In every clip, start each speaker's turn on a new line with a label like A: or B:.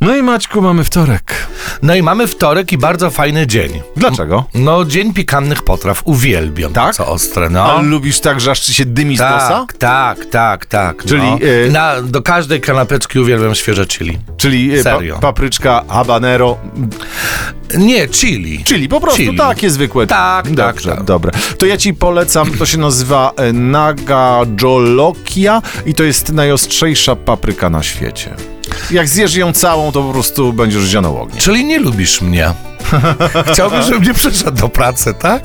A: No i Maćku, mamy wtorek.
B: No i mamy wtorek i bardzo fajny dzień.
A: Dlaczego?
B: No, dzień pikannych potraw. Uwielbiam.
A: Tak?
B: Co ostre,
A: A
B: no.
A: lubisz tak, że aż ci się dymi z nosa?
B: Tak, tak, tak, tak.
A: Czyli,
B: no.
A: y-
B: Na, do każdej kanapeczki uwielbiam świeże chili.
A: Czyli e, pa-
B: Serio.
A: papryczka, habanero, m,
B: Nie, chili.
A: czyli po prostu
B: Chili.
A: takie zwykłe.
B: Tak, tak,
A: Dobrze,
B: tak.
A: dobra. To ja ci polecam, to się nazywa e, Nagajolokia i to jest najostrzejsza papryka na świecie. Jak zjesz ją całą, to po prostu będziesz zionął ognie.
B: Czyli nie lubisz mnie. Chciałbyś, żebym nie przyszedł do pracy, tak?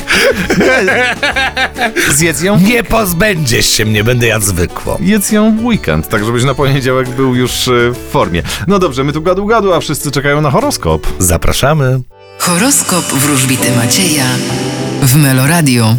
A: Zjedz ją?
B: Nie pozbędziesz się mnie, będę ja zwykłą.
A: Jedz ją w weekend, tak żebyś na poniedziałek był już e, w formie. No dobrze, my tu gadu gadu, a wszyscy czekają na horoskop.
B: Zapraszamy.
C: Horoskop wróżbity Macieja w Meloradio.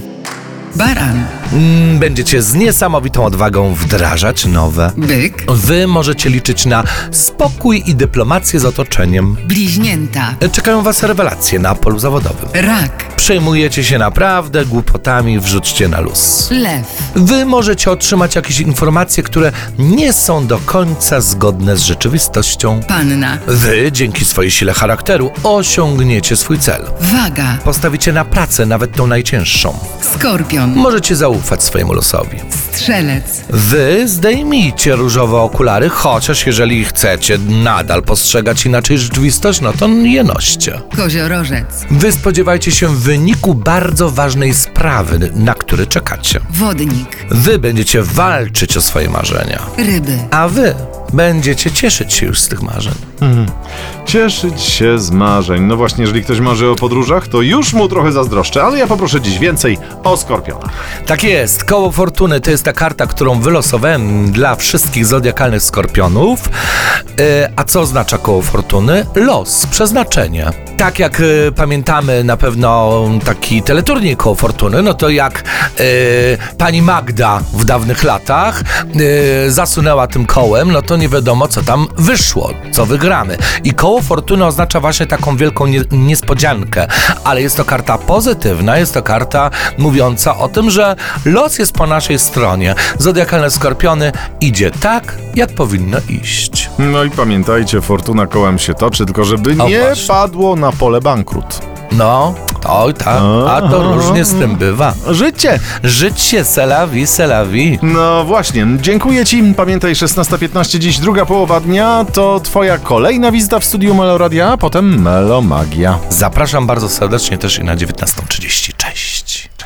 C: Baran,
B: Mm, Będziecie z niesamowitą odwagą wdrażać nowe.
C: byk,
B: Wy możecie liczyć na spokój i dyplomację z otoczeniem.
C: bliźnięta,
B: Czekają Was rewelacje na polu zawodowym.
C: rak,
B: Przejmujecie się naprawdę głupotami, wrzućcie na luz.
C: lew,
B: Wy możecie otrzymać jakieś informacje, które nie są do końca zgodne z rzeczywistością.
C: panna,
B: Wy, dzięki swojej sile charakteru, osiągniecie swój cel.
C: waga,
B: Postawicie na pracę, nawet tą najcięższą.
C: skorpion,
B: Możecie zaufać swojemu losowi.
C: strzelec,
B: Wy zdejmijcie różowe okulary, chociaż jeżeli chcecie nadal postrzegać inaczej rzeczywistość, no to je noście.
C: koziorożec,
B: Wy spodziewajcie się wyniku bardzo ważnej sprawy, na który czekacie.
C: wodnik,
B: Wy będziecie walczyć o swoje marzenia,
C: ryby,
B: a wy będziecie cieszyć się już z tych marzeń.
A: Cieszyć się z marzeń. No właśnie, jeżeli ktoś marzy o podróżach, to już mu trochę zazdroszczę, ale ja poproszę dziś więcej o skorpionach.
B: Tak jest, koło fortuny to jest ta karta, którą wylosowałem dla wszystkich zodiakalnych skorpionów. E, A co oznacza koło fortuny? Los, przeznaczenie. Tak jak e, pamiętamy na pewno taki teleturniej koło fortuny, no to jak e, pani Magda w dawnych latach e, zasunęła tym kołem, no to nie wiadomo co tam wyszło, co wygramy. I koło fortuny oznacza właśnie taką wielką nie, niespodziankę, ale jest to karta pozytywna, jest to karta mówiąca o tym, że los jest po naszej stronie. Zodiakalne skorpiony idzie tak, jak powinno iść.
A: No i pamiętajcie, fortuna kołem się toczy, tylko żeby
B: O,
A: nie
B: właśnie.
A: padło na pole bankrut.
B: No, oj tak, a to różnie z tym bywa.
A: Życie!
B: Życie, selawi, selawi.
A: No właśnie, dziękuję Ci. Pamiętaj, 16.15 dziś, druga połowa dnia, to Twoja kolejna wizyta w studiu Meloradia, a potem Melomagia.
B: Zapraszam bardzo serdecznie też i na 19.30. Cześć.